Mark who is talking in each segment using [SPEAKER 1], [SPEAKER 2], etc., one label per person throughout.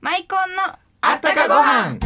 [SPEAKER 1] マイコンの
[SPEAKER 2] あったかご飯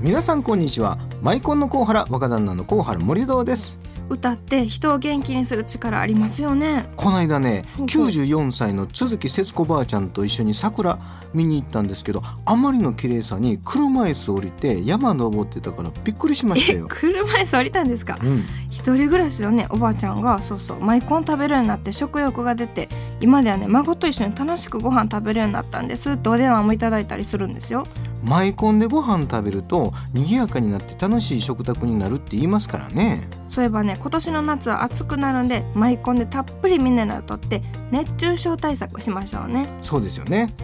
[SPEAKER 3] 皆さんこんにちはマイコンのコウハラ若旦那のコウハラ森堂です
[SPEAKER 1] 歌って人を元気にする力ありますよね
[SPEAKER 3] この間ね
[SPEAKER 1] ほうほう
[SPEAKER 3] 94歳の都築節子ばあちゃんと一緒に桜見に行ったんですけどあまりの綺麗さに車椅子降りて山登ってたからびっくりしました
[SPEAKER 1] え
[SPEAKER 3] よ、
[SPEAKER 1] 車椅子降りたんですか
[SPEAKER 3] うん、
[SPEAKER 1] 一人暮らしのねおばあちゃんがそうそうマイコン食べるようになって食欲が出て今ではね孫と一緒に楽しくご飯食べるようになったんですってお電話もいただいたりするんですよ
[SPEAKER 3] マイコンでご飯食べると賑やかになって楽しい食卓になるって言いますからね
[SPEAKER 1] そういえばね今年の夏は暑くなるんでマイコンでたっぷりミネラルとって熱中症対策しましょうね
[SPEAKER 3] そうですよね、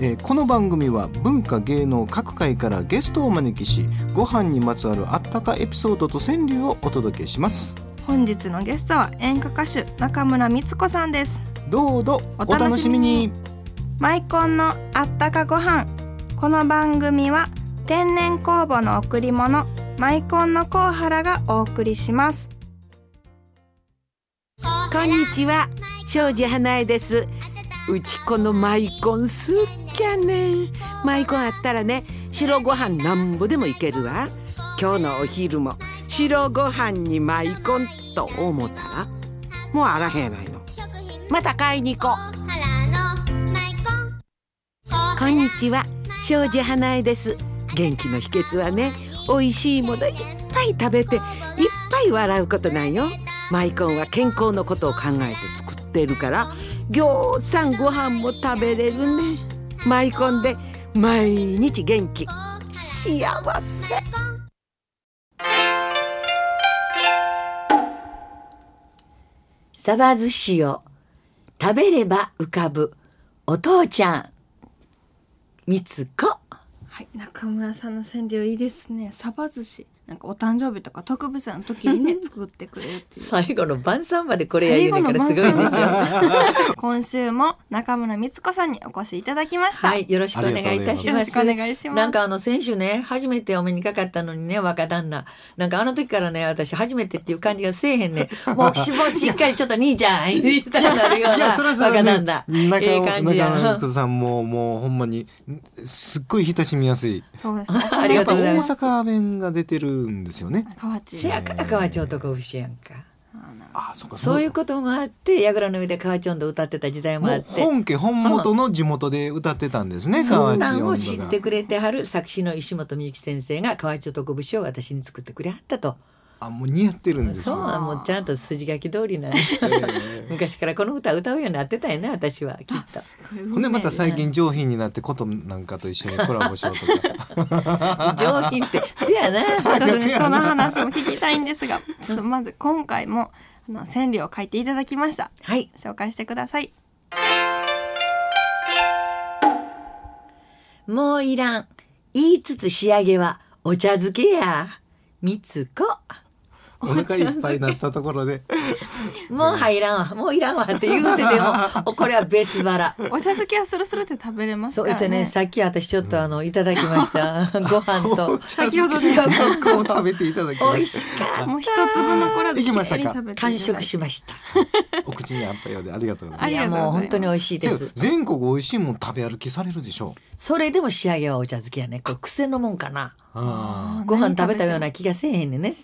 [SPEAKER 3] えーこの番組は文化芸能各界からゲストをお招きしご飯にまつわるあったかエピソードと川柳をお届けします
[SPEAKER 1] 本日のゲストは演歌歌手中村光子さんです
[SPEAKER 3] どうぞお楽しみに
[SPEAKER 1] マイコンのあったかご飯この番組は天然酵母の贈り物マイコンのコウハラがお送りします
[SPEAKER 2] こんにちは庄司花江ですうちこのマイコンすっきゃねマイコンあったらね白ご飯なんぼでもいけるわ今日のお昼も白ご飯にマイコンと思ったらもうあらへんやないのまた買いに行こうこんにちは庄司花江です元気の秘訣はね美味しいものいっぱい食べていっぱい笑うことなんよマイコンは健康のことを考えて作っているからぎょうさんご飯も食べれるねマイコンで毎日元気幸せ
[SPEAKER 4] サバ寿司を食べれば浮かぶお父ちゃん。みつこ。
[SPEAKER 1] はい中村さんの川柳いいですねサバ寿司なんかお誕生日とか特別な時 にね作ってくれるっていう
[SPEAKER 4] 最後の晩餐までこれやりながらすごいですよ。
[SPEAKER 1] よ今週も中村光子さんにお越しいただきました、
[SPEAKER 4] はい、よろしくお願いいたし
[SPEAKER 1] よ
[SPEAKER 4] ま
[SPEAKER 1] ろ
[SPEAKER 4] す。
[SPEAKER 1] しくお願いします
[SPEAKER 4] なんかあの先週ね初めてお目にかかったのにね若旦那なんかあの時からね私初めてっていう感じがせえへんね もうしもうしっかりちょっと兄ちゃん言いたくなるよう
[SPEAKER 3] い
[SPEAKER 4] な
[SPEAKER 3] やそれはそれ
[SPEAKER 4] 若
[SPEAKER 3] で
[SPEAKER 4] 旦那
[SPEAKER 3] 中
[SPEAKER 4] ええ感じや
[SPEAKER 3] 中野美
[SPEAKER 4] な
[SPEAKER 3] 子さんももうほんまにすっごい親しみやすい
[SPEAKER 1] そうです
[SPEAKER 4] ありがとうございます
[SPEAKER 3] やっぱ大阪弁が出てるんですよね
[SPEAKER 1] 河内
[SPEAKER 4] せやから河内男節やんか
[SPEAKER 3] あそうか
[SPEAKER 4] そういうこともあって櫓の上で河内音頭歌ってた時代も
[SPEAKER 3] も
[SPEAKER 4] あ
[SPEAKER 3] う
[SPEAKER 4] って
[SPEAKER 3] 本家本元の地元で歌ってたんですね
[SPEAKER 4] そ
[SPEAKER 3] 河内
[SPEAKER 4] んなん
[SPEAKER 3] 音
[SPEAKER 4] を知
[SPEAKER 3] 頭が
[SPEAKER 4] ってくれてはる作詞の石本美幸先生が河内男節を私に作ってくれはったと
[SPEAKER 3] あもう似合ってるんです
[SPEAKER 4] そう
[SPEAKER 3] よ
[SPEAKER 4] もうちゃんと筋書き通りな
[SPEAKER 3] ええ
[SPEAKER 4] 昔からこの歌歌うようになってたよね私はきっと。
[SPEAKER 3] ほんでまた最近上品になってことなんかと一緒にコラボしようとか
[SPEAKER 4] 上品ってせやな。
[SPEAKER 1] ちょっとね、
[SPEAKER 3] せやな
[SPEAKER 1] その話も聞きたいんです が、ちょっとまず今回もあの川柳を書いていただきました。
[SPEAKER 4] はい
[SPEAKER 1] 紹介してください。
[SPEAKER 4] もういらん言いつつ仕上げはお茶漬けやみつこ
[SPEAKER 3] お腹いっぱいになったところで
[SPEAKER 4] もう入らんわもういらんわって言うてでもおこれは別腹。
[SPEAKER 1] お茶漬けはスルスルって食べれます
[SPEAKER 4] そ
[SPEAKER 1] か
[SPEAKER 4] う
[SPEAKER 1] らね。
[SPEAKER 4] ですよね。さっき私ちょっとあのいただきました。 ご飯と
[SPEAKER 1] 先ほどね
[SPEAKER 4] 塩昆布
[SPEAKER 3] こう食べていただきま
[SPEAKER 4] 美味
[SPEAKER 3] し
[SPEAKER 4] しかった
[SPEAKER 1] もう一粒残らず
[SPEAKER 3] いきましたか
[SPEAKER 1] きれいに食べていただい
[SPEAKER 4] 完
[SPEAKER 1] て
[SPEAKER 4] 食しました。
[SPEAKER 3] たお口にあったようでありがとうご
[SPEAKER 1] あ
[SPEAKER 3] ざいま
[SPEAKER 4] い
[SPEAKER 1] り
[SPEAKER 3] す
[SPEAKER 1] が
[SPEAKER 4] や
[SPEAKER 1] とうございます
[SPEAKER 4] もう本当に美味しいで
[SPEAKER 3] せや
[SPEAKER 4] す。
[SPEAKER 3] 全国美味しいもん食べ歩きされるでしょ
[SPEAKER 4] それでも仕上げはお茶漬けやね。これ癖のもんかな。
[SPEAKER 3] あ
[SPEAKER 1] あ
[SPEAKER 4] ご飯食べたよう
[SPEAKER 1] 何
[SPEAKER 4] な気がせえへんねんね。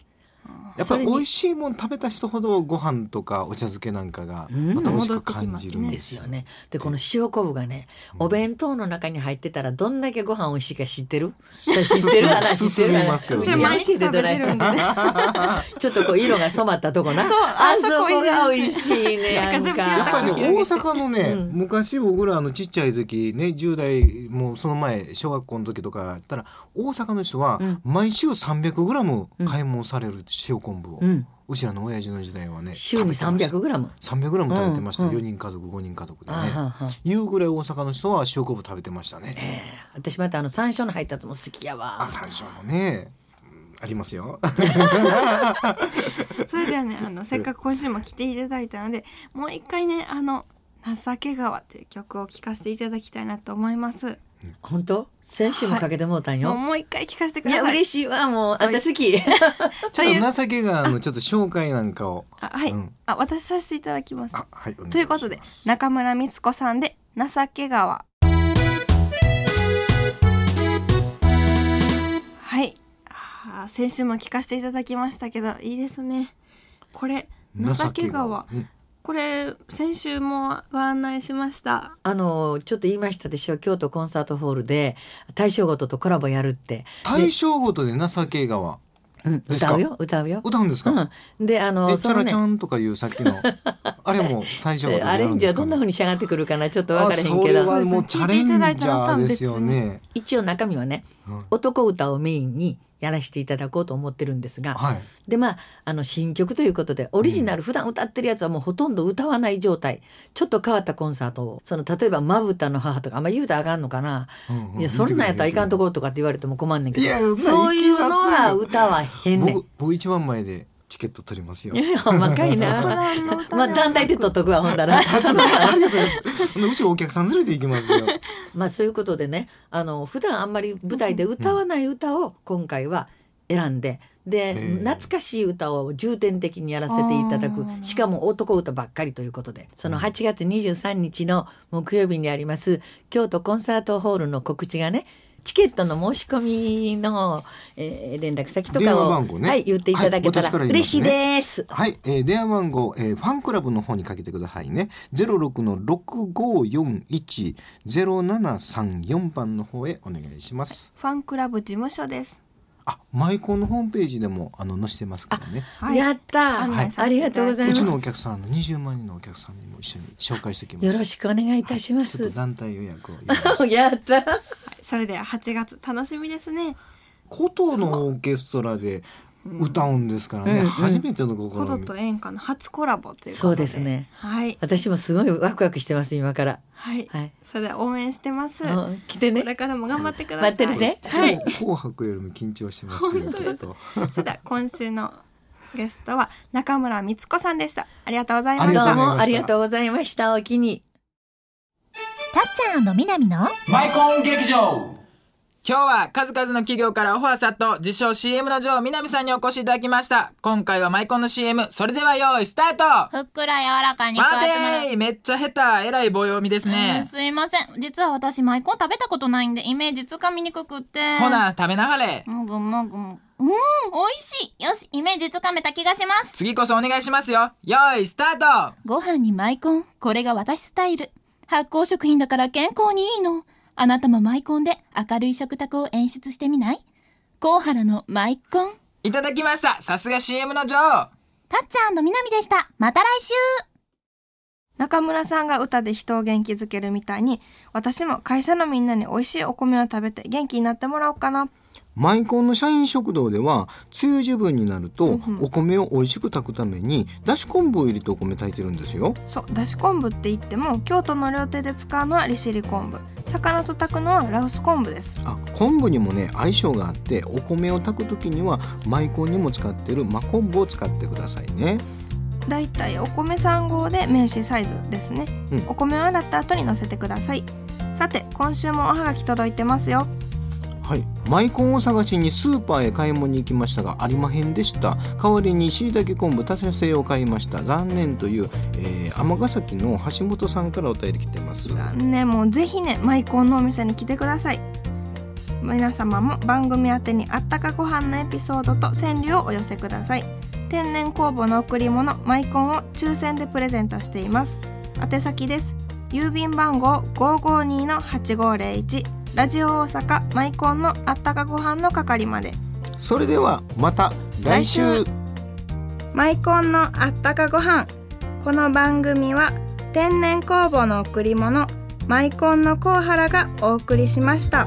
[SPEAKER 3] あやっぱり美味しいもん食べた人ほどご飯とかお茶漬けなんかが
[SPEAKER 4] うん
[SPEAKER 3] また美味しく感じるん
[SPEAKER 1] 戻ってきますね
[SPEAKER 4] ですよね。でこの塩昆布がね、お弁当の中に入ってたらどんだけご飯美味しいか知ってる？知ってる話知って
[SPEAKER 3] 進
[SPEAKER 4] る
[SPEAKER 3] みます
[SPEAKER 4] 話。
[SPEAKER 3] よ
[SPEAKER 1] 食べて
[SPEAKER 3] ね
[SPEAKER 1] るそれ毎日食べてるんでね。
[SPEAKER 4] ちょっとこう色が染まったとこな。
[SPEAKER 1] そう
[SPEAKER 4] あ
[SPEAKER 1] あ
[SPEAKER 4] そ
[SPEAKER 1] そ
[SPEAKER 4] こ
[SPEAKER 1] こ
[SPEAKER 4] が美味しいね。
[SPEAKER 1] なんか全部
[SPEAKER 4] あん
[SPEAKER 3] やっぱ りね
[SPEAKER 1] 広
[SPEAKER 3] 大阪のね、昔僕らあのちっちゃい時ね10代もうその前小学校の時とかやったら大阪の人は
[SPEAKER 4] うん
[SPEAKER 3] 毎週 300g 買い物される塩昆布を、
[SPEAKER 4] う
[SPEAKER 3] うんちらの親父の時代はね
[SPEAKER 4] 週に3 0 0グラム。
[SPEAKER 3] 300g 食べてました、
[SPEAKER 4] うんうん
[SPEAKER 3] 4人家族5人家族でね
[SPEAKER 4] あはんはん
[SPEAKER 3] いうぐらい大阪の人は塩昆布食べてましたね、
[SPEAKER 4] ええ私またあの山椒の入ったやつも好きやわ
[SPEAKER 3] あ。山椒もねうんありますよ
[SPEAKER 1] それではね、あのせっかく今週も来ていただいたので、もう一回ね、あの情け川という曲を聴かせていただきたいなと思います。
[SPEAKER 4] 本当先週もかけてもうたんよ、
[SPEAKER 1] もうもう一回聞かせてく
[SPEAKER 4] い、
[SPEAKER 1] だ
[SPEAKER 4] や
[SPEAKER 1] さい
[SPEAKER 4] 嬉しいわもうあんた好き
[SPEAKER 3] ちょっと情けがあのちょっと紹介なんかを
[SPEAKER 1] あはい、
[SPEAKER 3] うん
[SPEAKER 1] あ私させていただきます
[SPEAKER 3] あはいお願いします
[SPEAKER 1] ということで中村光子さんで「情け川」はいあー先週も聞かせていただきましたけどいいですねこれ「情け川
[SPEAKER 3] ね」
[SPEAKER 1] これ先週もご案内しました
[SPEAKER 4] あのちょっと言いましたでしょ京都コンサートホールで大正ごととコラボやるって、
[SPEAKER 3] 大正ごとで情け川
[SPEAKER 4] うん、
[SPEAKER 3] ですか
[SPEAKER 4] 歌うよ歌うよ
[SPEAKER 3] 歌うんですか、
[SPEAKER 4] うん、であ
[SPEAKER 3] え
[SPEAKER 4] の
[SPEAKER 3] チャ
[SPEAKER 4] そ
[SPEAKER 3] ラ
[SPEAKER 4] の
[SPEAKER 3] ち
[SPEAKER 4] ね
[SPEAKER 3] ゃんとかいうさっき のあれも大正ごとで
[SPEAKER 4] ア
[SPEAKER 3] や
[SPEAKER 4] レ
[SPEAKER 3] るん
[SPEAKER 4] ン
[SPEAKER 3] で
[SPEAKER 4] ジは
[SPEAKER 3] すか
[SPEAKER 4] どん
[SPEAKER 3] ね、
[SPEAKER 4] な風に仕上がってくるかなちょっと分からへんけ
[SPEAKER 3] あそ
[SPEAKER 4] ど
[SPEAKER 3] れはもうチャレンジャーですよね
[SPEAKER 4] 一応中身はね
[SPEAKER 3] うん
[SPEAKER 4] 男歌をメインにやらせていただこうと思ってるんですが、
[SPEAKER 3] はい
[SPEAKER 4] でまああの新曲ということでオリジナル、普段歌ってるやつはもうほとんど歌わない状態ちょっと変わったコンサートをその例えば「まぶたの母」とかあんま言うたらあかんのかな、
[SPEAKER 3] うんうん
[SPEAKER 4] いやそんなんやったらいかんところとかって言われても困んねんけ
[SPEAKER 3] いや
[SPEAKER 4] ど
[SPEAKER 3] 嘘
[SPEAKER 4] そういうのは
[SPEAKER 3] 行
[SPEAKER 4] 歌はへんねん。
[SPEAKER 3] 僕僕一番前でチケット取りますよ
[SPEAKER 4] いや細か
[SPEAKER 1] こ
[SPEAKER 4] い
[SPEAKER 1] れ
[SPEAKER 4] な。
[SPEAKER 1] あの
[SPEAKER 4] まあ団体で取っとくわほんだら。
[SPEAKER 3] あそうですありがとうございますそんなうちお客さん連れて行きますよ
[SPEAKER 4] まあそういうことでねあの普段あんまり舞台で歌わない歌を今回は選んで。で
[SPEAKER 3] ー
[SPEAKER 4] 懐かしい歌を重点的にやらせていただく
[SPEAKER 1] あー
[SPEAKER 4] しかも男歌ばっかりということでその8月23日の木曜日にあります京都コンサートホールの告知がねチケットの申し込みの、えー連絡先とか
[SPEAKER 3] 電話
[SPEAKER 4] を、
[SPEAKER 3] 番号ね
[SPEAKER 4] はい、言っていただけた
[SPEAKER 3] はい私
[SPEAKER 4] ら
[SPEAKER 3] から言いま
[SPEAKER 4] 嬉
[SPEAKER 3] す
[SPEAKER 4] し
[SPEAKER 3] ね
[SPEAKER 4] いです。
[SPEAKER 3] はい、えー電話番号、えーファンクラブの方にかけてくださいね。ゼロ六の六五四一ゼロ七三四番の方へお願いします。
[SPEAKER 1] ファンクラブ事務所です
[SPEAKER 3] あ、マイコンのホームページでもあの載せてますからね。
[SPEAKER 1] はい
[SPEAKER 4] やったー、
[SPEAKER 1] 案
[SPEAKER 3] 内
[SPEAKER 1] さ
[SPEAKER 4] あ
[SPEAKER 1] せて
[SPEAKER 4] り
[SPEAKER 1] いただい
[SPEAKER 4] が
[SPEAKER 1] て
[SPEAKER 4] とうございうます。
[SPEAKER 3] ちの
[SPEAKER 4] よ
[SPEAKER 3] お客さんあの二十万人のお客さんにも一緒に紹介しておきます。
[SPEAKER 4] ろしくお願いいたします。
[SPEAKER 3] はいちょっと団体予約を入れました。
[SPEAKER 4] や った。
[SPEAKER 1] はいそれでは8月楽しみですね
[SPEAKER 3] 古都のオーケストラで歌うんですからね。
[SPEAKER 4] うんうん
[SPEAKER 3] 初めての試
[SPEAKER 1] コド
[SPEAKER 3] み。
[SPEAKER 1] と演歌の初コラボということで
[SPEAKER 4] そうですね
[SPEAKER 1] はい
[SPEAKER 4] 私もすごいワクワクしてます今から。
[SPEAKER 1] はい、
[SPEAKER 4] はい。
[SPEAKER 1] それでは応援してます、
[SPEAKER 4] うん来て
[SPEAKER 1] これ
[SPEAKER 4] ね。
[SPEAKER 1] からも頑張ってください
[SPEAKER 4] 待ってるね。
[SPEAKER 1] はい
[SPEAKER 3] 紅白よりも緊張してますよ。きっと
[SPEAKER 1] それでは今週のゲストは中村光子さんでしたありがとうございま
[SPEAKER 3] あ
[SPEAKER 1] し
[SPEAKER 3] りが
[SPEAKER 4] ど
[SPEAKER 1] た
[SPEAKER 3] と
[SPEAKER 4] う
[SPEAKER 3] うございました
[SPEAKER 4] もありがとうございました。お気に。
[SPEAKER 5] たっちゃんみなみの
[SPEAKER 6] マイコン劇場
[SPEAKER 7] 今日は数々の企業からオファー殺到自称 CM の女王南さんにお越しいただきました今回はマイコンの CM それでは用意スタート
[SPEAKER 5] ふっくら柔らかに
[SPEAKER 7] 待
[SPEAKER 5] 加えてもらう
[SPEAKER 7] てーめっちゃ下手えらい棒読みです
[SPEAKER 5] う
[SPEAKER 7] ね
[SPEAKER 5] んすいません実は私マイコン食べたことないんでイメージつかみにくくって
[SPEAKER 7] ほな食べなはれ
[SPEAKER 5] もぐもぐもぐうん美味しいよしイメージつかめた気がします
[SPEAKER 7] 次こそお願いしますよ用意スタート
[SPEAKER 5] ご飯にマイコンこれが私スタイル発酵食品だから健康にいいのあなたもマイコンで明るい食卓を演出してみないコウハラのマイコン
[SPEAKER 7] いただきましたさすが CM の女王
[SPEAKER 5] たっちゃんみなみでしたまた来週
[SPEAKER 1] 中村さんが歌で人を元気づけるみたいに私も会社のみんなに美味しいお米を食べて元気になってもらおうかな
[SPEAKER 3] マイコンの社員食堂では梅雨時分になるとお米を美味しく炊くためにだし昆布を入れてお米炊いてるんですよ
[SPEAKER 1] そうだし昆布って言っても京都の料亭で使うのは利尻昆布魚と炊くのは羅臼昆布です
[SPEAKER 3] あ昆布にもね相性があってお米を炊く時にはマイコンにも使ってる真昆布を使ってくださいね
[SPEAKER 1] だいたいお米3合で名刺サイズですね、
[SPEAKER 3] うん
[SPEAKER 1] お米を洗った後に乗せてくださいさて今週もおはがき届いてますよ
[SPEAKER 3] はいマイコンを探しにスーパーへ買い物に行きましたがありまへんでした代わりに椎茸昆布他社製を買いました残念というえー尼、崎の橋本さんからお便り来てます
[SPEAKER 1] 残念もうぜひねマイコンのお店に来てください皆様も番組宛てにあったかご飯のエピソードと川柳をお寄せください天然酵母の贈り物マイコンを抽選でプレゼントしています宛先です郵便番号552-8501ラジオ大阪マイコンのあったかご飯の係まで
[SPEAKER 3] それではまた来週
[SPEAKER 1] マイコンのあったかご飯この番組は天然酵母の贈り物マイコンのコウハラがお送りしました。